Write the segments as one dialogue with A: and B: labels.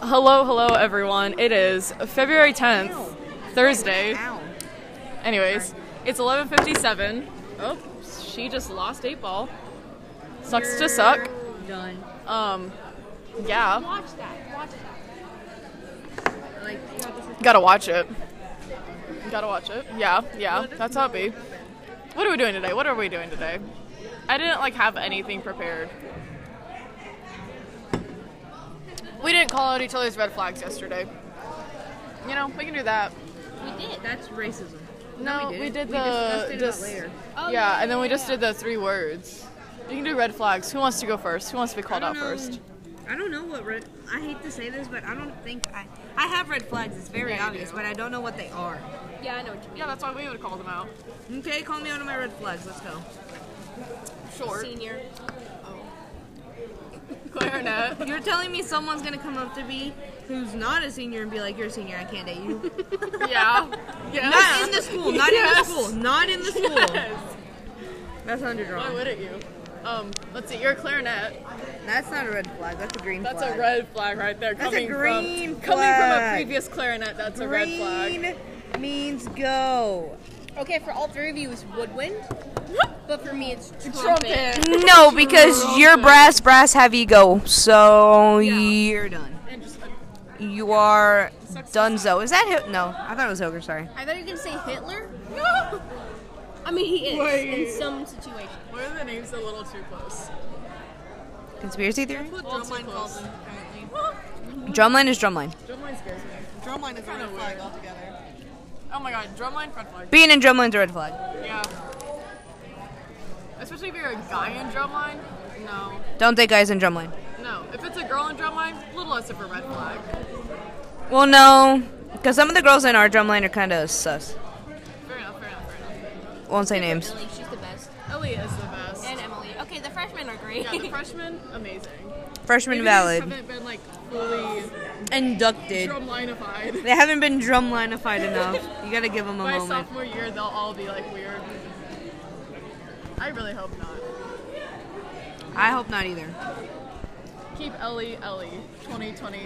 A: Hello, hello, everyone. It is February 10th, Thursday. Anyways, it's 11:57. Oh, she just lost eight ball. Sucks to suck.
B: Done.
A: Um, yeah,
C: Watch that. Watch that.
B: Like, yeah, this is
A: gotta watch it. Gotta watch it. Yeah, yeah. That's how it be. What are we doing today? What are we doing today? I didn't like have anything prepared. We didn't call out each other's red flags yesterday. You know, we can do that.
C: We did.
B: that's racism.
A: No, we did,
B: We
A: the
B: discussed it
A: dis-
B: out later.
C: Oh,
A: yeah, and then we
C: yeah,
A: just
C: yeah.
A: did the three words. You can do red flags. Who wants to go first? Who wants to be called out first?
B: I don't know what red. I hate to say this, but I don't think I. I have red flags. It's very
A: Yeah, you
B: obvious,
A: do.
B: but I don't know what they are.
C: Yeah, I know what you mean.
A: Yeah, that's why we would call them out.
B: Okay, call me one of my red flags. Let's go.
A: Short
C: Senior.
A: clarinet.
B: You're telling me someone's gonna come up to me who's not a senior and be like, "You're a senior. I can't date you."
A: yeah. Yes.
B: not in the school. Not
A: Yes.
B: in the school. Not in the school.
A: Yes.
B: That's
A: Why
B: underdrawn.
A: wouldn't you? Um, let's see. You're a clarinet.
B: That's not a red flag. That's a green
A: That's
B: flag.
A: a red flag right there.
B: That's
A: coming
B: a green
A: from, Coming from a
B: flag.
A: previous clarinet, that's a red flag.
B: Green means go.
C: Okay, for all three of you, it's woodwind. But for me, it's trumpet.
A: Trumpet.
B: No, because you're brass, brass heavy go. So you're done.
A: And just, uh,
B: You are donezo. Is that him? No, I thought it was Ogre, sorry.
C: I thought you were gonna say Hitler. I mean, he is in some situations.
A: what are the names a little too close?
B: Conspiracy theory?
D: That's what
A: All too
D: drumline calls
A: close.
D: them, apparently.
B: Drumline is drumline.
A: Drumline scares me.
D: Drumline is a
A: Kinda
D: red flag
A: weird.
D: altogether.
A: Oh my god, drumline front flag.
B: Being in drumline's a red flag.
A: Yeah. Especially if you're a guy in drumline. No.
B: Don't date guys in drumline.
A: No. If it's a girl in drumline, a little less of a red flag.
B: Well, no, because some of the girls in our drumline are kind of sus.
A: Fair enough, fair enough, fair enough.
B: Won't say names.
C: Emily, she's the best.
A: Ellie is the best.
C: And Emily. Okay, the freshmen are great.
A: yeah, the freshmen, amazing.
B: Freshman
A: Maybe They
B: valid.
A: haven't been like fully
B: Inducted.
A: drumlineified.
B: They haven't been drumlineified enough. You gotta give them a
A: By
B: moment.
A: sophomore year, they'll all be like weird. I really hope not.
B: I hope not either.
A: Keep Ellie, Ellie, 2020.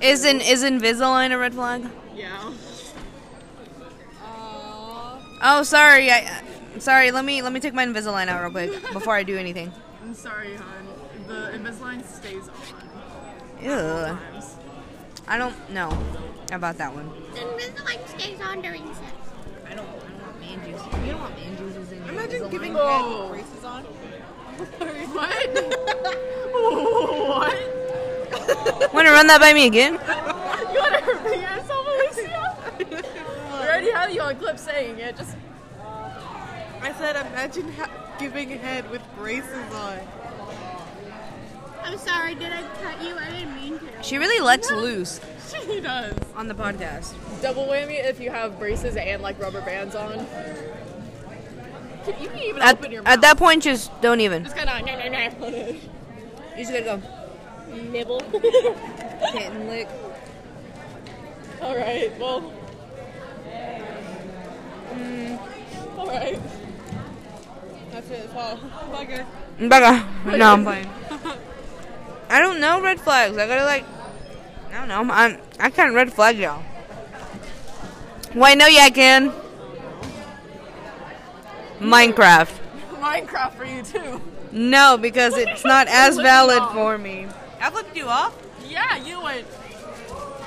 B: Isn't is Invisalign a red flag?
A: Yeah.
B: Oh, sorry. I uh, sorry. Let me let me take my Invisalign out real quick before I do anything.
A: I'm sorry, hon. The Invisalign stays on.
B: Ew.
A: Sometimes.
B: I don't know about that one. I don't. I don't want man juice. You don't want man juices in your
D: Imagine giving
A: Whoa.
D: head braces on.
A: Oh. What? what?
B: Want to run that by me again?
A: You want to repeat yourself, Alicia? we already had you on clip saying it. Just
D: I said, imagine ha- giving head with braces on.
C: I'm sorry, did I cut you? I didn't mean to.
B: She really lets loose
A: she does.
B: on the podcast.
A: Double whammy if you have braces and like rubber bands on. Can- You can even
B: At,
A: open your mouth.
B: at that point, just don't even.
A: just kind of nah, nah, nah.
B: You just gotta go.
A: nibble.
B: Hit and lick.
A: All right. Well. Mm. All right.
D: That's it. Wow. Bugger.
B: Bugger. No, I'm playing. I don't know red flags. I gotta like. I don't know. I'm. I can't red flag y'all. Wait, no, yeah, I can. Minecraft.
A: Minecraft for you too.
B: No, because it's not as
A: Flipping
B: valid
A: off.
B: for me. I flipped you off.
A: Yeah, you went.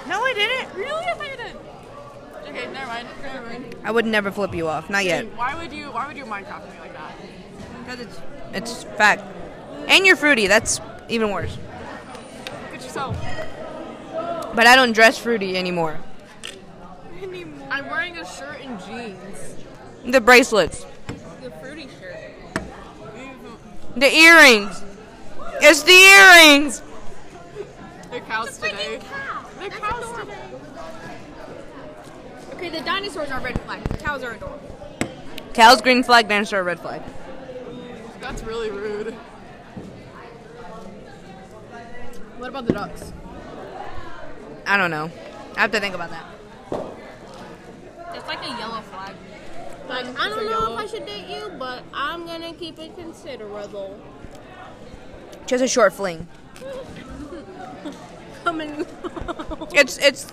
B: No, I didn't.
A: Really? I thought you did. Okay, never mind. Never mind.
B: I would never flip you off. Not yet.
A: Dude, why would you? Why would you Minecraft me like that?
B: Because it's it's fact. And you're fruity. That's even worse.
A: Good yourself.
B: But I don't dress fruity anymore.
A: I'm wearing a shirt and jeans.
B: The bracelets,
D: The fruity shirt.
B: the earrings. It's the earrings.
A: They're cows today. They're cows today.
C: Okay, the dinosaurs are red flags. The cows are adorable.
B: Cal's green flag, dinosaur red flag.
A: That's really rude. What about the ducks?
B: I don't know. I have to think about that.
C: That's like a yellow flag.
A: Like,
C: I don't know if I should date you, but I'm gonna keep it considerable.
B: Just a short fling.
C: coming.
B: It's it's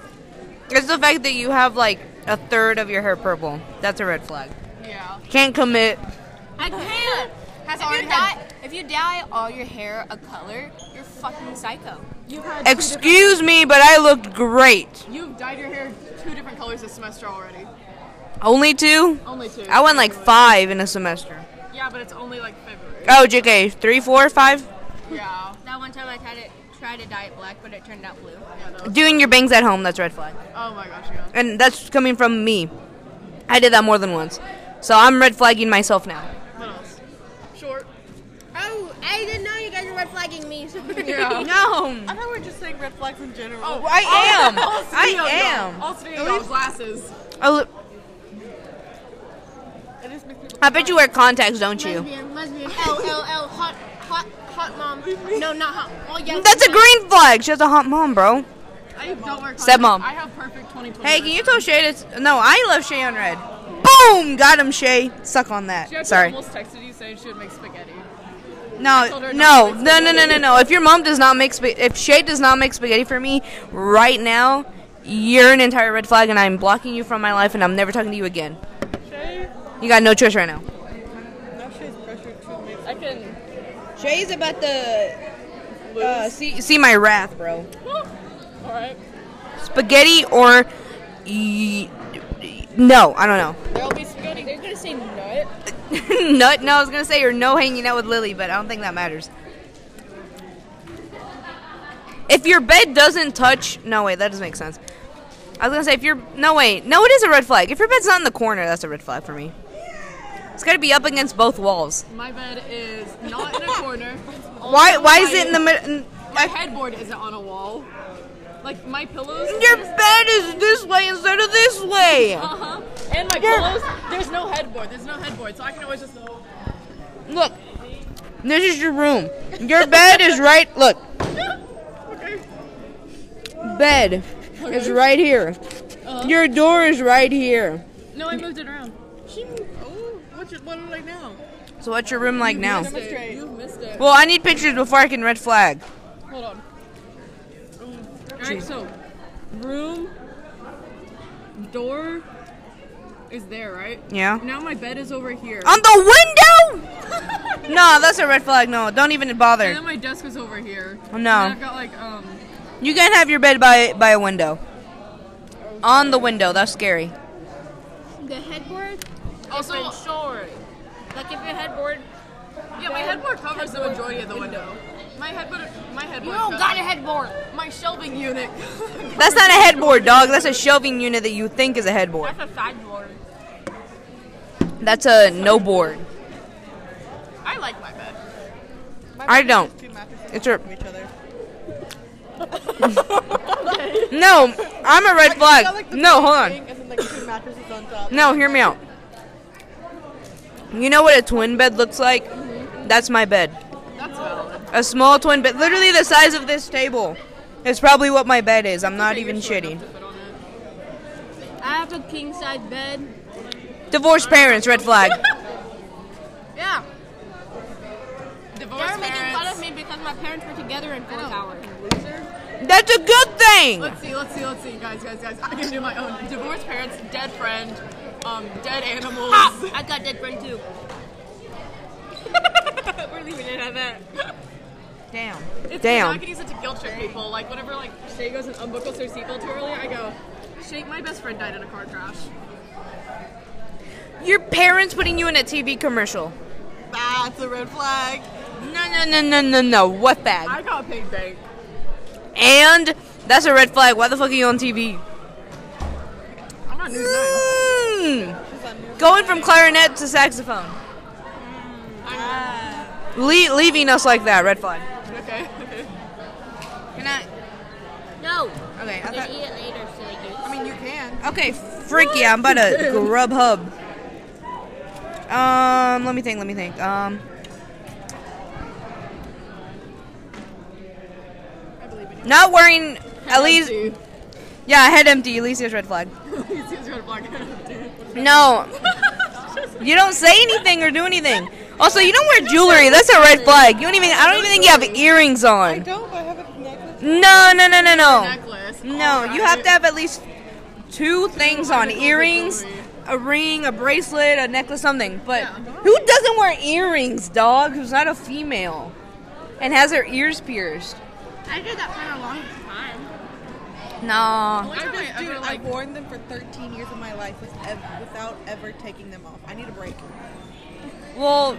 B: it's the fact that you have like a third of your hair purple. That's a red flag.
A: Yeah.
B: Can't commit.
C: I can't.
A: Has if, you dye, if you dye all your hair a color, you're fucking psycho. You've had
B: Excuse me, but I looked great.
A: You've dyed your hair two different colors this semester already.
B: Only two?
A: Only two.
B: I went like five in a semester.
A: Yeah, but it's only like February.
B: Oh, JK, three, four, five?
A: Yeah.
C: That one time I tried it, tried to dye it black, but it turned out blue.
B: Doing your bangs at home, that's red flag.
A: Oh my gosh, yeah.
B: And that's coming from me. I did that more than once. So I'm red flagging myself now.
A: What else? Short.
C: Oh, I didn't know you guys were red flagging me.
A: Yeah.
B: No.
D: I thought we were just saying red flags in general.
B: I am.
A: All three
B: I
A: of Oh, y'all.
B: am.
A: All three of y'all's glasses.
B: Oh,
D: It just makes me
B: I bet you wear contacts, don't you?
C: lesbian, lesbian, L L L, hot, hot, hot mom. No, not hot. Oh yeah.
B: That's a green flag. She has a hot mom, bro.
A: I don't wear
B: Stepmom.
A: contacts. I have perfect 2020.
B: Hey, can you tell Shay it's no? I love Shay on red. Boom, got him, Shay. Suck on
A: She
B: that.
A: actually
B: Sorry.
A: almost texted you saying she would make spaghetti.
B: No,
A: told
B: no,
A: her
B: no,
A: not to
B: no, no, no, no. If your mom does not make spa- if Shay does not make spaghetti for me right now, you're an entire red flag, and I'm blocking you from my life, and I'm never talking to you again.
A: Shay,
B: You got no choice right now.
D: now she's pressured to make
A: I can.
B: Shay's about to uh, see see my wrath, bro.
A: All right.
B: Spaghetti or y- no? I don't know.
A: There'll be spaghetti. They're gonna say nut.
B: Nut? No, I was gonna say you're no hanging out with Lily, but I don't think that matters. If your bed doesn't touch, no wait, that doesn't make sense. I was gonna say if you're no wait, no, it is a red flag. If your bed's not in the corner, that's a red flag for me. It's gotta be up against both walls.
A: My bed is not in a corner.
B: Why?
A: Also,
B: Why is
A: my-
B: it in the middle?
A: My headboard isn't on a wall. Like my pillows.
B: Your bed is this way instead of this way.
A: Uh huh. And my pillows. There's no headboard. There's no headboard, so I can always just.
B: Look, this is your room. Your bed is right. Look,
A: Okay.
B: bed is right here. Your door is right here.
A: No, I moved it around.
D: Oh, what you, what are they now?
B: So what's your room like now?
A: Demonstrate. You missed it.
B: Well, I need pictures before I can red flag.
A: Hold on. All right. So, room, door is there, right?
B: Yeah.
A: Now my bed is over here.
B: On the window? no, that's a red flag. No, don't even
A: And
B: bother.
A: then my desk is over here.
B: Oh, no.
A: And I've got like um.
B: You can't have your bed by by a window. On the window, that's scary.
C: The headboard.
A: Also,
C: short. Like if your headboard.
A: yeah, my headboard covers the majority of the window. My headboard, my
C: You
A: headboard.
C: don't
A: co-
C: got a headboard.
A: My shelving unit.
B: That's not a headboard, dog. That's a shelving unit that you think is a headboard.
C: That's a sideboard.
B: That's a no board.
A: I like my bed.
B: I don't.
D: Two mattresses
B: It's your
D: from each other.
B: no. I'm a red
D: You got, like,
B: flag.
D: the
B: No,
D: big
B: hold on.
D: thing, And then like two mattresses on top.
B: No, hear me out. You know what a twin bed looks like?
D: Mm-hmm.
B: That's my bed.
A: That's valid.
B: A small twin bed, literally the size of this table. It's probably what my bed is. I'm not
A: Okay,
B: even
A: you're short
B: shitty.
A: enough to fit on it.
C: I have a king size bed.
B: Divorced parents, red flag.
C: Yeah.
A: Divorced
C: They're making fun
A: parents. Oh.
C: of me because my parents were together in fourth hour.
B: That's a good thing.
A: Let's see, let's see, let's see, guys, guys, guys. I can do my own. Divorced parents, dead friend, um, dead animals.
C: Ha! I got dead friend too. we're leaving it at that.
B: Damn.
A: It's
B: Damn.
A: Damn. I can use it to guilt trip people. Like whenever like Shay goes and unbuckles her seatbelt too early, I go, Shay, my best friend died in a car crash.
B: Your parents putting you in a TV commercial.
D: That's a red flag.
B: No, no, no, no, no, no. What bag?
A: I got paid bank.
B: And that's a red flag. Why the fuck are you on TV?
A: I'm on news nine.
B: Mm. Going from clarinet to saxophone. Le- leaving us like that, red flag.
A: Okay, okay.
B: Good night.
C: No.
B: Okay, I
C: Just eat it later, silly goose.
D: I mean, you can.
B: Okay, freaky. I'm about to grub hub. Um, let me think. Let me think. Um, not wearing at least. Yeah, head empty. Alicia's red flag.
A: He's gonna block it.
B: No, you don't say anything or do anything. Also, you don't wear jewelry. That's a red flag. You don't even. I don't even think you have earrings
D: I
B: on.
D: don't. I have a necklace.
B: No, no, no, no, no.
A: necklace.
B: No, you have to have at least two things on earrings, a ring, a bracelet, a necklace, something. But who doesn't wear earrings, dog? Who's not a female and has her ears pierced?
C: I did that for a long time.
B: No.
D: I
A: time I
D: was,
A: ever,
D: dude,
A: like-
D: I've worn them for 13 years of my life with ev- without ever taking them off. I need a break.
B: Well,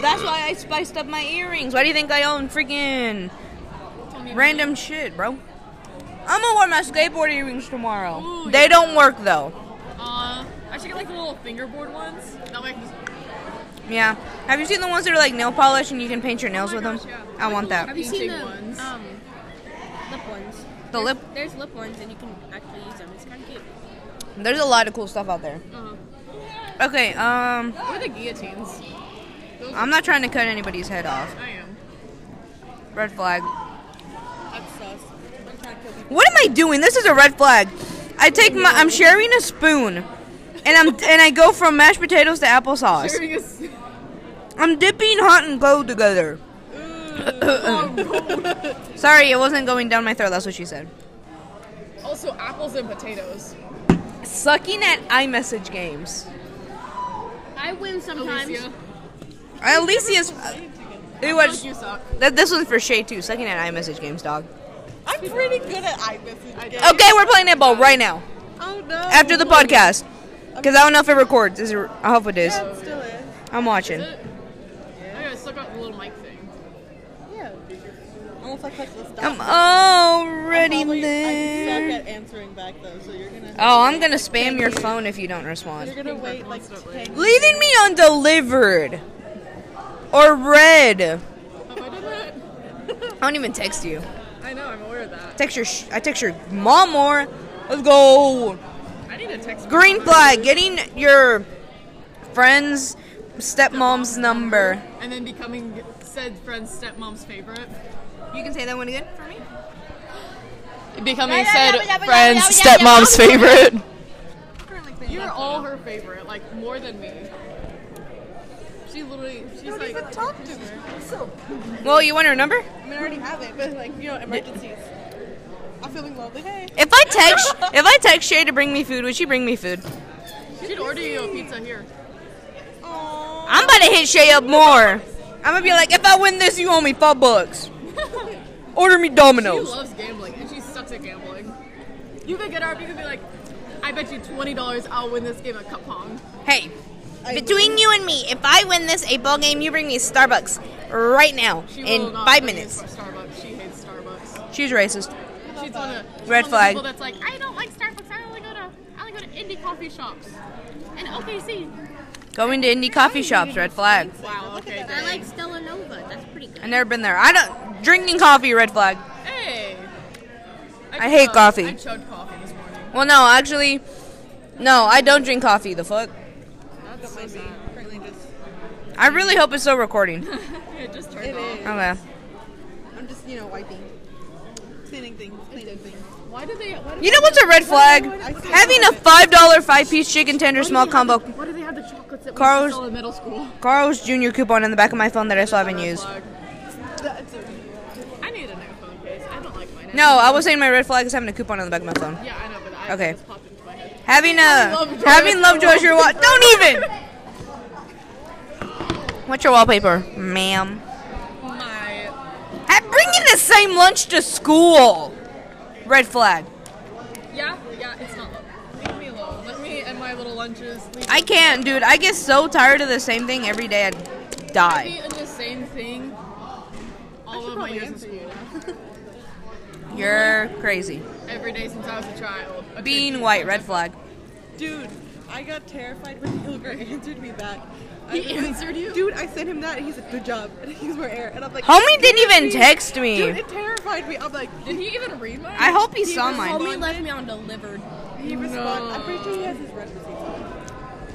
B: that's why I spiced up my earrings. Why do you think I own freaking random shit, bro? I'm gonna wear my skateboard earrings tomorrow.
A: Ooh,
B: they don't work though.
A: Uh, I should get like the little fingerboard ones. That way I can just
B: Yeah. Have you seen the ones that are like nail polish and you can paint your nails with them? I want that.
C: Have you seen
A: Painting
C: the
A: ones.
C: um lip ones?
B: The lip.
C: There's lip ones, and you can actually use them. It's kind of cute.
B: There's a lot of cool stuff out there. Okay. Um,
A: or the guillotines.
B: I'm not trying to cut anybody's head off.
A: I am.
B: Red flag.
D: That's sus. I'm trying to kill people.
B: What am I doing? This is a red flag. I take my. I'm sharing a spoon, and I'm and I go from mashed potatoes to applesauce.
A: Sharing a s-
B: I'm dipping hot and cold together. Sorry, it wasn't going down my throat. That's what she said.
A: also apples and potatoes.
B: Sucking at iMessage games.
C: I win sometimes.
A: Alicia,
B: Alicia's. It was.
A: you suck.
B: That this was for Shay too. Sucking at iMessage games, dog.
D: I'm pretty good at iMessage. I
B: Okay, we're playing netball right now
D: Oh no.
B: after the podcast, because I don't know if it records. Is it, I hope it is.
D: It still is.
B: I'm watching.
A: I got stuck on the little mic thing.
D: Yeah. Unless I click the stop.
B: I'm
D: button.
B: already
D: Probably- I
B: there.
D: suck at answering back though, so you're gonna.
B: Oh, I'm gonna spam your phone if you don't
D: You're
B: respond.
D: gonna wait like 10
B: Leaving me undelivered or red.
A: Have I done that?
B: I don't even text you.
A: I know. I'm aware of that.
B: Text your sh- I text your mom more. Let's go.
A: I need a text.
B: Green flag. Getting your friend's stepmom's number.
A: And then becoming said friend's stepmom's favorite.
B: You can say that one again for me.
E: Becoming
C: yeah,
E: said
C: yeah, yeah, yeah,
E: friend's
C: yeah, yeah, yeah.
E: stepmom's favorite.
A: You're all her favorite, like more than me. She literally, she's
D: Don't
A: like,
D: even talk to her. So,
B: Well, you want her number?
D: I mean, I already have it, but like, you know, emergencies. I'm feeling lonely. Hey.
B: If I text if I text Shay to bring me food, would she bring me food?
A: she'd order you a pizza here.
D: Aww.
B: I'm about to hit Shay up more. I'm gonna be like, if I win this, you owe me five bucks. Order me
A: She
B: Domino's.
A: loves gambling and she sucks at gambling. You could get her up, you could be like, I bet you $20 I'll win this game at Cup Pong.
B: Hey, between you and me, if I win this eight ball game, you bring me Starbucks right now
A: She will
B: in
A: not
B: five
A: bring you
B: minutes.
A: Starbucks. She hates Starbucks.
B: She's racist.
A: She's one of she's one of
B: Red
A: the
B: flag.
A: people that's like, I don't like Starbucks. I only go to I only go to indie coffee shops and OKC.
B: Going to indie coffee shops, red flag.
A: Wow. Okay.
C: I like Stella Nova. That's pretty good.
B: I've never been there. I don't drinking coffee, red flag.
A: Hey.
B: I hate
A: chugged-
B: coffee.
A: I chugged coffee this morning.
B: Well, no, actually, no, I don't drink coffee. The fuck.
D: That might be currently just.
B: I really hope it's still recording.
A: It just turned
D: It
A: off.
D: is.
B: Okay.
D: I'm just, you know, wiping. Cleaning things, cleaning things.
A: Why do they? Why do
B: You know what's a red flag?
D: I see.
B: Having a five dollar five piece chicken tender small combo
A: Why do they have the chocolates that we
B: Carl's-
A: used to sell in middle school?
B: Carl's Jr. coupon in the back of my phone that I still haven't
A: Red
B: used.
A: flag. I need a new phone case. I don't like mine.
B: No, I was saying my red flag is having a coupon on the back of my phone.
A: Yeah, I know, but I
B: Okay.
A: okay. just popped into my head.
B: Having a
A: Lovejoy
B: having
A: as
B: Lovejoy
A: your
B: as your wall. Don't even. What's your wallpaper, ma'am?
A: My
B: I'm bringing the same lunch to school. Red flag.
A: yeah, yeah, it's not. Leave me alone. Let me and my little lunches. Leave
B: I can't, dude. I get so tired of the same thing every day. I
A: me
B: die.
A: in the same thing. All of my years in school.
B: You're crazy.
A: Every day since I was a child. Okay,
B: Being white, red flag.
D: Dude, I got terrified when Hilger answered me back. I
A: He
D: was
A: answered you?
D: Dude, I sent him that and he said, good job. And he's my air. And I'm like,
B: Homie didn't even
D: "Seriously?"
B: text
D: Dude,
B: me.
D: it terrified me. I'm like,
A: Did he even read mine?
B: I hope he saw mine.
C: Homie left me on delivered.
D: he responded. I'm pretty sure he has his red receipts on.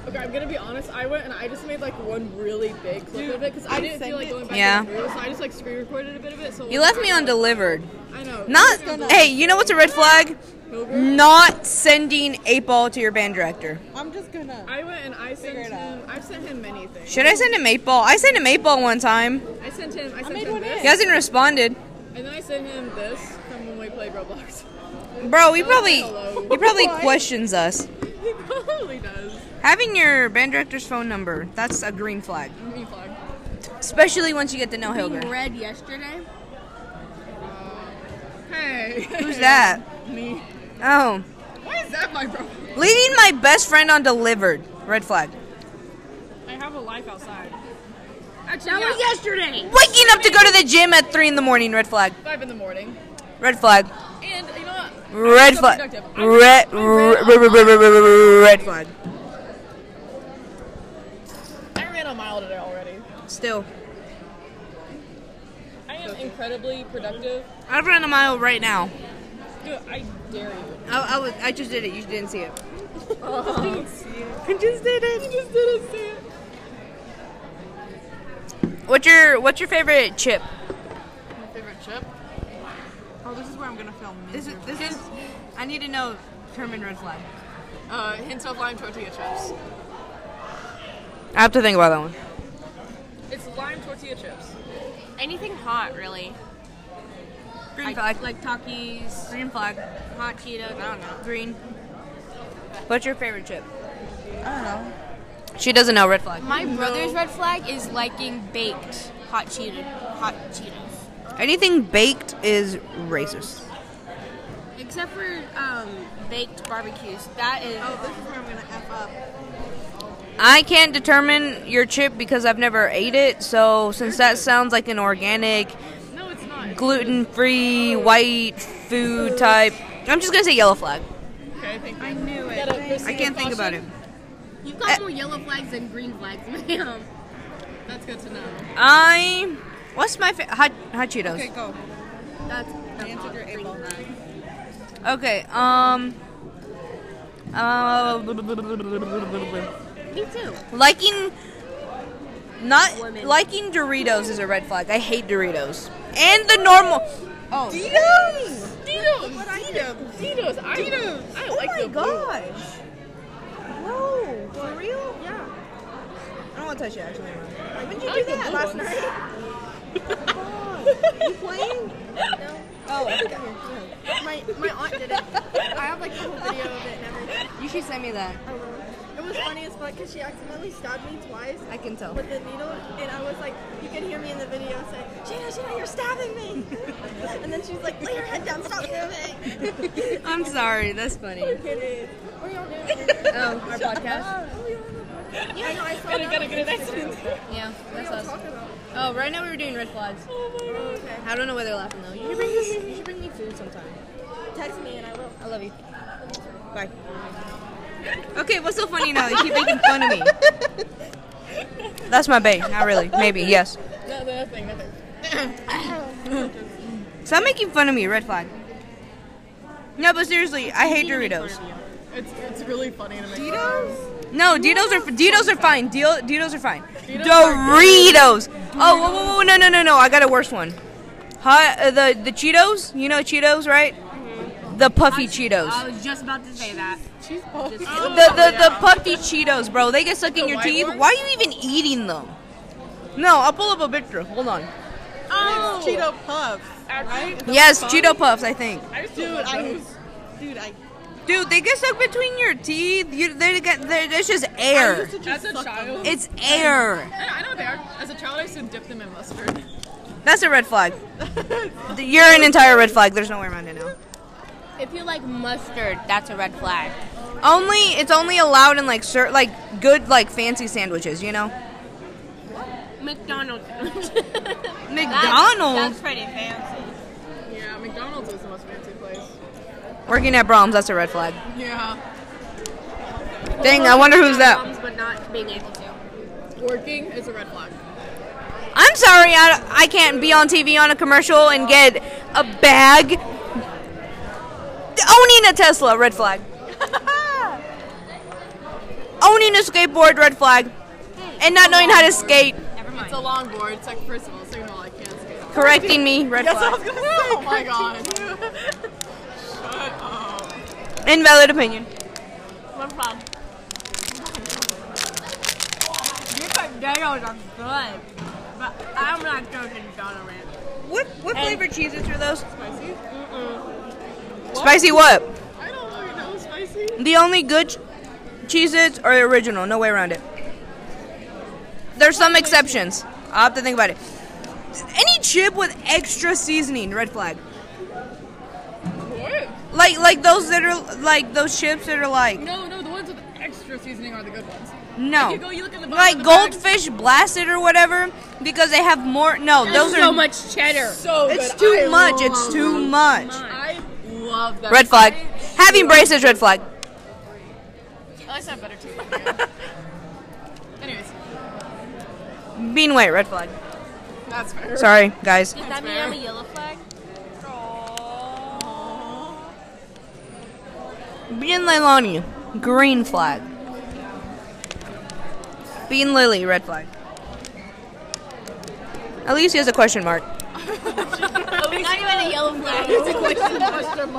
A: Okay, I'm gonna be honest. I went and I just made like one really big clip of it because I
D: I
A: didn't
D: sent
A: feel like
D: it-
A: going back
B: Yeah.
A: and through. So I just like screen recorded a bit of it. So
B: You left me undelivered.
A: I know.
B: Not.
A: You're
B: Hey, you know what's a red flag?
A: Hilger.
B: Not sending eight ball to your band director.
D: I'm just gonna.
A: I went and I sent
D: Figure it
A: him. I've sent him many things.
B: Should I send him eight ball? I sent him eight ball one time.
A: I sent him. I sent
D: made
A: him
D: one
A: this,
B: He hasn't responded.
A: and then I sent him this from when played Roblox.
B: Bro, he probably he probably questions us.
A: he probably does.
B: Having your band director's phone number, that's a green flag.
A: Me flag.
B: Especially once you get to know Hilger.
C: Read yesterday.
A: Hey.
B: Who's that?
A: Me.
B: Oh.
A: Why is that my problem?
B: Leaving my best friend on delivered. Red flag.
A: I have a life outside.
C: That was yesterday.
B: Waking up to go to the gym at three in the morning, red flag.
A: Five in the morning.
B: Red flag.
A: And you know what?
B: Red
A: so
B: flag.
A: productive. I'm-
B: Red, red,
A: I'm red
B: red, red, red, red, red flag.
A: I ran a mile today already.
B: Still.
A: I am incredibly productive.
B: I've run a mile right now.
A: Dude, I dare you.
B: I, I, was, I just did it. You didn't see it. What's your What's your favorite chip?
D: My favorite chip. Oh, this is where I'm gonna film.
B: This is This is. I need to know Kerman red flag.
A: Uh, hints of lime tortilla chips.
B: I have to think about that one.
A: It's lime tortilla chips.
C: Anything hot, really?
B: Green
C: Like,
B: flag.
C: like Takis,
B: Green flag.
C: hot Cheetos. I don't know.
B: Green. What's your favorite chip?
D: I don't know.
B: She doesn't know red flag.
C: My brother's red flag is liking baked hot Cheetos. Hot Cheetos.
B: Anything baked is racist.
C: Except for um, baked barbecues. That is.
D: Oh, this is where I'm gonna f up.
B: I can't determine your chip because I've never ate it. So since that sounds like an organic,
A: No, it's not.
B: gluten-free, white food type, I'm just gonna say yellow flag.
A: Okay, thank you.
D: I knew it.
A: Gotta proceed
B: I can't
A: with
B: think about it.
A: caution.
C: You've got more yellow flags than green flags, ma'am.
A: That's good to know.
B: I. What's my fa- hot hot Cheetos?
D: Okay,
B: Okay.
D: go.
C: That's.
D: Answer your eight ball.
B: um. Uh,
C: Me too.
B: liking not
C: Women.
B: liking Doritos is a red flag. I hate Doritos and the normal. Oh, Doritos!
A: Dito's!
D: What I do?
A: Dito's! I, I
B: Oh
A: like
B: my
A: the blue.
B: gosh! No, for real? Yeah. I don't want to touch it actually. When did you
A: I
B: do
A: like the
B: that
A: blue ones.
B: last night? you playing? No. Oh, I think I heard
F: My, my aunt did it. I have like a whole video of it and everything.
B: you. You should send me that.
F: I will. It was funny as fuck because she accidentally stabbed me twice
B: I can tell.
F: with the needle, and I was like, you can hear me in the video say, Shayna, Shayna, you're stabbing me. and then she's like, lay your head down, stop moving.
B: I'm sorry. That's funny.
F: Or you'll do
B: Oh, our podcast.
F: I know, I saw
A: Gotta,
F: that.
A: gotta get an accident.
B: Yeah, that's
F: What are y'all
B: us.
F: talking about?
B: Oh, right now we were doing red flags.
F: Oh, okay.
B: I don't know why they're laughing though. You should bring this. You should bring me food sometime.
F: Text me and I will.
B: I love you. Bye. Okay, what's so funny now? You keep making fun of me. That's my bae. Not really. Maybe yes.
A: No, nothing, nothing.
B: Stop making fun of me. Red flag. No, but seriously, I hate Doritos.
A: It's, it's really funny to make
B: No, Doritos are Doritos are fine. Dil- Doritos are fine. Doritos. Oh, whoa, whoa, whoa, no, no, no, no! I got a worse one. Hot, uh, the the Cheetos. You know Cheetos, right? The puffy Cheetos.
C: I was just about to say that.
B: The, the, the puffy Cheetos, bro. They get stuck in your
A: white
B: teeth.
A: ones?
B: Why are you even eating them? No, I'll pull up a picture. Hold on.
A: Oh!
D: Cheeto puffs.
A: Actually,
B: yes, Cheeto Puffs, I think.
A: I just
D: Dude,
A: love
D: I.
A: those.
D: Dude, I.
B: Dude, they get stuck between your teeth. You, they get, they it's just
D: I
B: air.
D: used to just
A: As a
D: suck them.
A: child,
B: It's air.
A: I I know they are. As a child, I used to dip them in mustard.
B: That's a red flag. You're an entire red flag. There's no way around it now.
C: If you like mustard, that's a red flag.
B: Only it's only allowed in like cer- like good like fancy sandwiches, you know.
C: McDonald's.
B: McDonald's?
C: That's, that's pretty fancy.
A: Yeah, McDonald's is the most fancy place.
B: Working at Brahms, that's a red flag.
A: Yeah.
B: Dang, I wonder who's that.
C: Moms, but not being able to.
A: Working is a red flag.
B: I'm sorry, I, I can't be on TV on a commercial and get a bag. Owning a Tesla, red flag. Owning a skateboard, red flag. And not knowing how to skate,
C: Never mind.
A: It's a long board. It's like, first of all, second of all, I can't skate.
B: correcting me, red flag.
A: Oh my god.
B: Invalid opinion.
C: Red flag. Your potatoes are good, but I'm not going to tolerate.
B: What what
C: And-
B: flavor cheeses are those?
A: Spicy?
B: Spicy what?
D: I don't know, you know, spicy.
B: The only good cheeses are the original. No way around it. There's some exceptions. I'll have to think about it. Any chip with extra seasoning, red flag.
A: What?
B: Like like those that are like those chips that are like
A: No, no, the ones with extra seasoning are the good ones.
B: no.
A: You go, you look in the bottom
B: Like
A: of the bag,
B: goldfish blasted or whatever because they have more no, those are
C: so much cheddar.
A: So
B: it's
A: good.
B: too
A: I
B: much. It's
A: love
B: too much.
A: I love that.
B: Red flag. Having braces red flag.
A: I like that better too. than you. Anyways,
B: Bean white red flag.
A: that's fair.
B: Sorry, guys.
C: Does that mean I'm a yellow flag?
B: Bean Leilani, green flag. Bean Lily, red flag. At least he has a question mark.
C: Not even a yellow flag.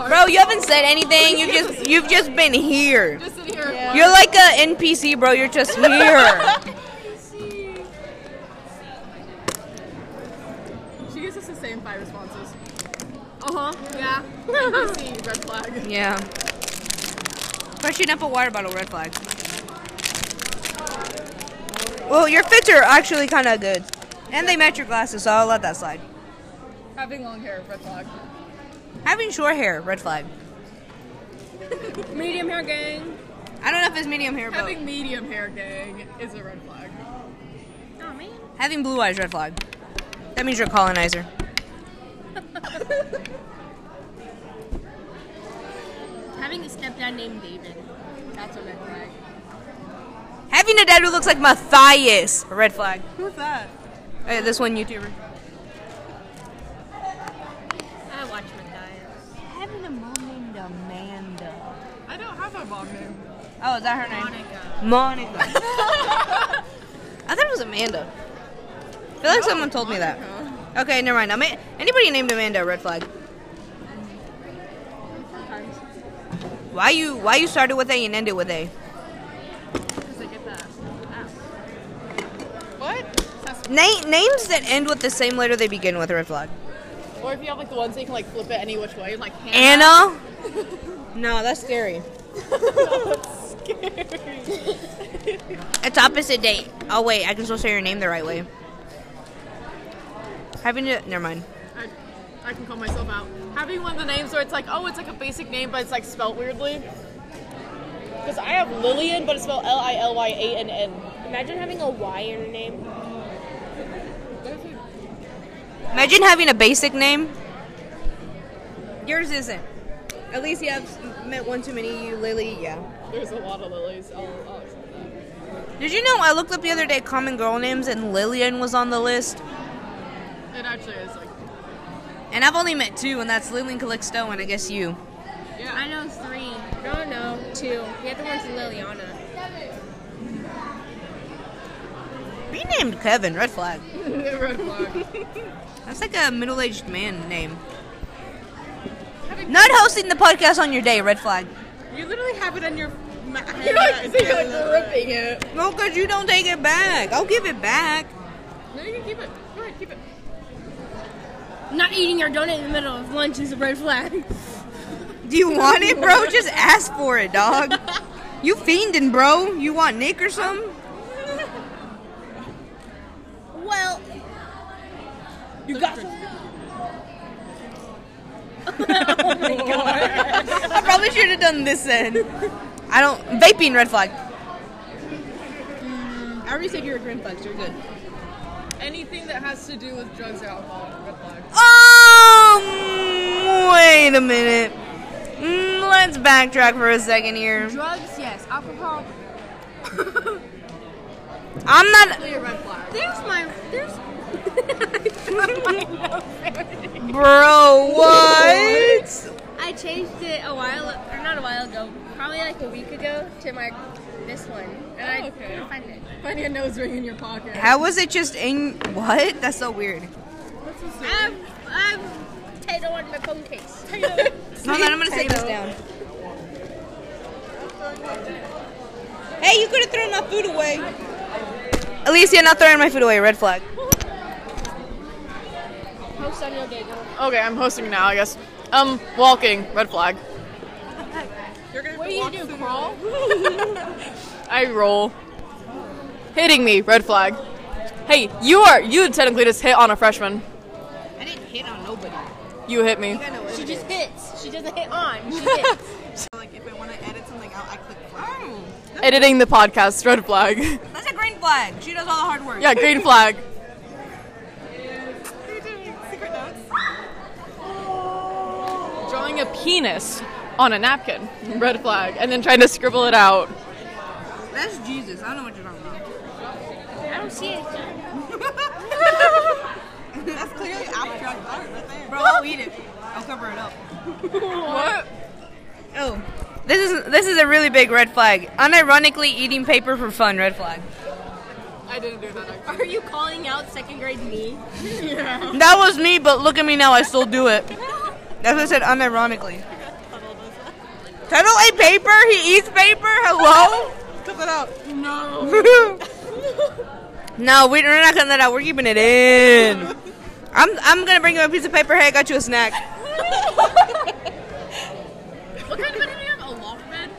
B: Bro, you haven't said anything. You just you've just been here.
A: Just sit here. Yeah.
B: You're like a NPC, bro. You're just here.
A: She gives us the same five responses. Uh huh. Yeah. I see. Red flag.
B: yeah. Freshen up a water bottle, red flag. Well, your fits are actually kind of good, and they match your glasses, so I'll let that slide.
A: Having long hair. Red flag.
B: Having short hair, red flag.
A: Medium hair gang.
B: I don't know if it's medium hair, but
A: Having medium hair gang is a red flag.
B: Having blue eyes, red flag. That means you're a colonizer.
C: Having a stepdad named David. That's a red flag.
B: Having a dad who looks like Matthias, a red flag.
D: Who's that?
B: Hey, this one YouTuber.
C: I watch Matthias.
B: Having a mom named Amanda.
A: I don't have a mom name.
B: Oh, is that her name? Monica. Monica. I thought it was Amanda. I feel like someone told me that. Okay, never mind. Ama- anybody named Amanda, red flag. Why you Why you started with A and ended with A?
A: Because I get that.
B: Na- names that end with the same letter they begin with, red flag.
A: Or if you have like the ones that you can like flip it any which way, like hand.
B: Anna. No, that's scary. It's opposite date. Oh wait, I can still say your name the right way. Having to never mind.
A: I, I can call myself out. Having one of the names where it's like, oh, it's like a basic name, but it's like spelt weirdly. Because I have Lillian, but it's spelled L I L Y A N N.
C: Imagine having a Y in your name.
B: Imagine having a basic name. Yours isn't. At least you have met one too many. You Lily, yeah.
A: There's a lot of lilies. I'll, I'll accept that.
B: Did you know I looked up the other day common girl names and Lillian was on the list,
A: It actually is like,
B: and I've only met two, and that's Lillian Calixto and I guess you.
C: I know three. No, no, two. The other one's Liliana.
B: Be named Kevin, red flag.
A: red flag.
B: That's like a middle-aged man name. Not hosting the podcast on your day, red flag.
D: You literally have it on your ma-
A: You're like, you're like ripping it.
B: No, cause you don't take it back. I'll give it back.
A: No, you can keep it. Go ahead, keep it.
C: Not eating your donut in the middle of lunch is a red flag.
B: Do you want it, bro? Just ask for it, dog. You fiending, bro. You want Nick or something?
C: Well,
B: I probably should have done this then. I don't vaping red flag.
D: I already said you're a grim flex. You're good.
A: Anything that has to do with drugs or alcohol, red flag.
B: Um, wait a minute. Mm, let's backtrack for a second here.
C: drugs, yes. Alcohol,
B: I'm not,
A: Clear red flag.
C: there's my there's
B: bro. What?
C: I changed it a while or not a while ago, probably like a week ago to my this one. And I
A: okay.
C: couldn't find it.
A: Find your nose ring in your pocket.
B: How was it just in? What? That's so weird.
C: I'm I'm potato on my phone case.
B: Hold on, I'm gonna take this down. Hey, you could have thrown my food away. Alicia, not throwing my food away. Red flag.
C: Post on your day.
A: Okay, I'm hosting now, I guess.
E: Um, walking, red flag.
D: You're gonna have to walk through-
A: crawl?
E: I roll. Hitting me, red flag. Hey, you are you technically just hit on a freshman.
G: I didn't hit on nobody.
E: You hit me.
C: She just hits. She doesn't hit on. She hits.
D: Like if I want to edit something out, I click. Flag.
E: Editing the podcast, red flag.
B: Oh, That's a green flag. She does all the hard work.
E: yeah, green flag. Drawing a penis on a napkin, red flag, and then trying to scribble it out.
B: That's Jesus. I don't know what you're talking about.
C: I don't see it.
D: That's clearly abstract art right there.
B: Bro, I'll eat it. I'll cover it up.
E: What?
B: Oh. This is this is a really big red flag. Unironically eating paper for fun, red flag.
E: I didn't do that.
C: Are you calling out second grade me?
B: That was me, but look at me now. I still do it. That's what I said unironically. Tuttle ate paper. He eats paper. Hello.
D: Clip it out.
B: no, we- we're not gonna let out. We're keeping it in. I'm I'm gonna bring you a piece of paper. Hey, I got you a snack.
A: What kind of bed do you have? A loft bed?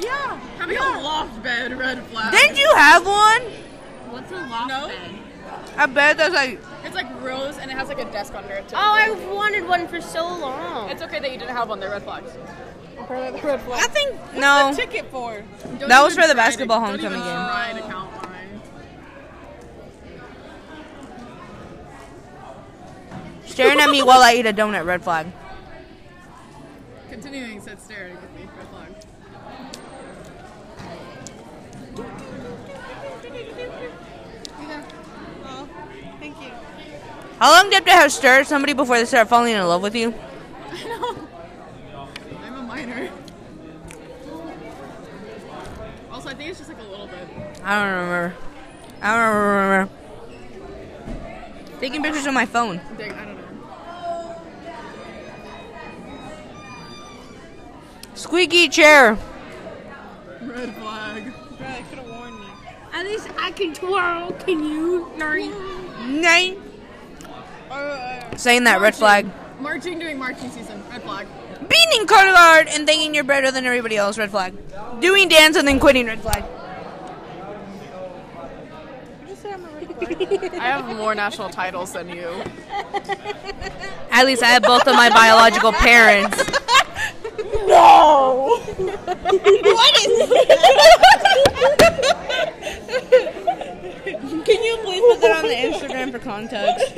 A: Yeah. Having a loft bed, red flag.
B: Didn't you have one?
G: What's a loft
A: No.
G: bed?
B: I bet that's like
A: It's like rose and it has like a desk under it too.
C: Oh, I've wanted one for so long.
A: It's okay that you didn't have one. They're red flags.
B: I think no.
D: Ticket for.
A: Don't
B: Oh. That was
A: even try
B: for the
A: to-
B: basketball
A: don't
B: homecoming
A: even
B: game.
A: try to count mine.
B: Staring at me while I eat a donut, red flag.
A: Continuing said staring at me. Red flag.
D: Thank you.
B: How long do you have to have stared at somebody before they start falling in love with you?
A: I'm a minor. Also, I think it's just like a little bit.
B: I don't remember. I don't remember. Taking pictures on my phone.
A: Dang, I don't know.
B: Squeaky chair.
A: Red flag.
D: Right, could have warned me.
C: At least I can twirl. Can you, Nari?
B: Nine. Saying that red flag.
A: Marching during marching season. Red flag.
B: Being in color guard and thinking you're better than everybody else. Red flag. Doing dance and then quitting. Red flag.
E: I have more national titles than you.
B: At least I have both of my biological parents.
D: Can you please put that on the Instagram for context?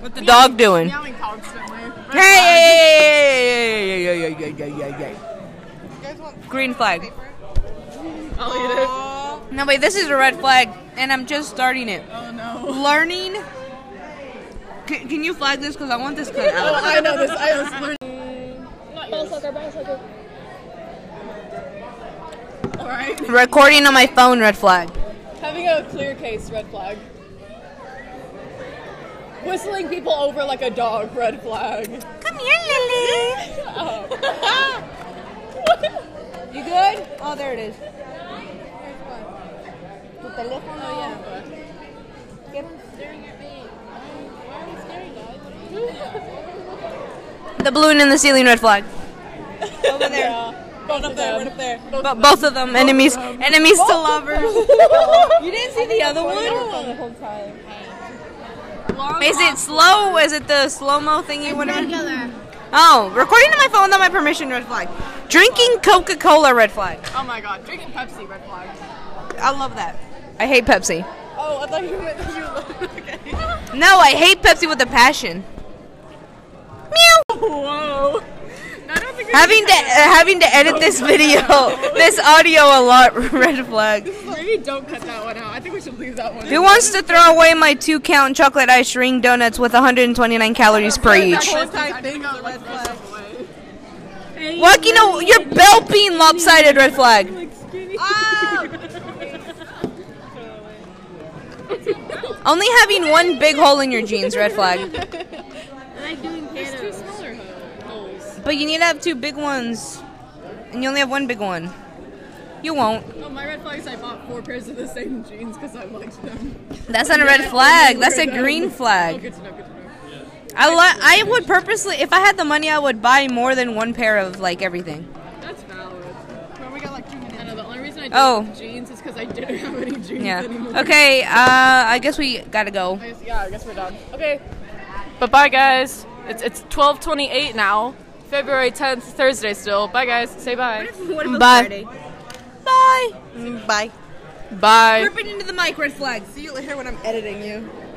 B: What the dog doing?
A: Meowing constantly.
B: Hey, hey, hey, hey, hey, hey, hey, hey, hey, hey, hey.
D: You guys want
B: Green flag.
D: paper?
B: Oh.
A: I'll eat it.
B: No wait, this is a red flag, and I'm just starting it.
A: Oh no.
B: Learning. Can, can you flag this? Cause I want this cut out.
A: Oh, I know this. I was learning.
C: Ball sucker, ball sucker.
A: All right.
B: Recording on my phone, red flag.
A: Having a clear case. Red flag. Whistling people over like a dog. Red flag.
B: Come here, Lily. you good? Oh, there it is. The balloon in the ceiling, red flag.
D: Over there. Right up there, right up there.
B: Bo- both of them, enemies, enemies to lovers. you didn't see the other one? Is it slow? Is it the slow mo thingy? Whatever. Oh, recording on my phone without my permission, red flag. Drinking Coca Cola, red flag.
A: Oh my god. Drinking Pepsi. Red flag.
B: I love that. I hate Pepsi.
A: Oh, I thought you meant that you loved. Okay.
B: No, I hate Pepsi with a passion. Meow.
A: Whoa. I don't think
B: Having to uh, having to edit this video, this audio a lot, red flag.
A: we maybe don't cut that one out. I think we should leave that one.
B: Who wants to throw away my two count chocolate ice ring donuts with 129 calories per each?
A: I think I would throw some away.
B: What you know, your belt being lopsided, red flag. Only having one big hole in your jeans, red flag.
C: I like doing panos.
B: But you need to have two big ones, and you only have one big one. You won't.
A: So Oh, my red flag is I bought four pairs of the same jeans because I liked them.
B: That's not a red flag. That's a
A: Wear them.
B: green
A: Oh,
B: flag.
A: good to know. Good to know.
B: I li- I would purposely, if I had the money, I would buy more than one pair of like everything.
A: That's valid. we got like two minutes. I know the only reason I did
B: Oh.
A: jeans is because I didn't have any jeans
B: Yeah.
A: anymore.
B: Okay. Uh, I guess we gotta go.
A: I guess- yeah, I guess we're done. Okay.
E: But bye, guys. It's it's 12:28 now. February 10th, Thursday still. Bye, guys. Say bye.
F: What if it was
B: Bye.
F: Friday?
B: Bye.
D: Mm, Bye.
E: Bye.
B: Rip it into the mic, red flag.
D: See you later when I'm editing you.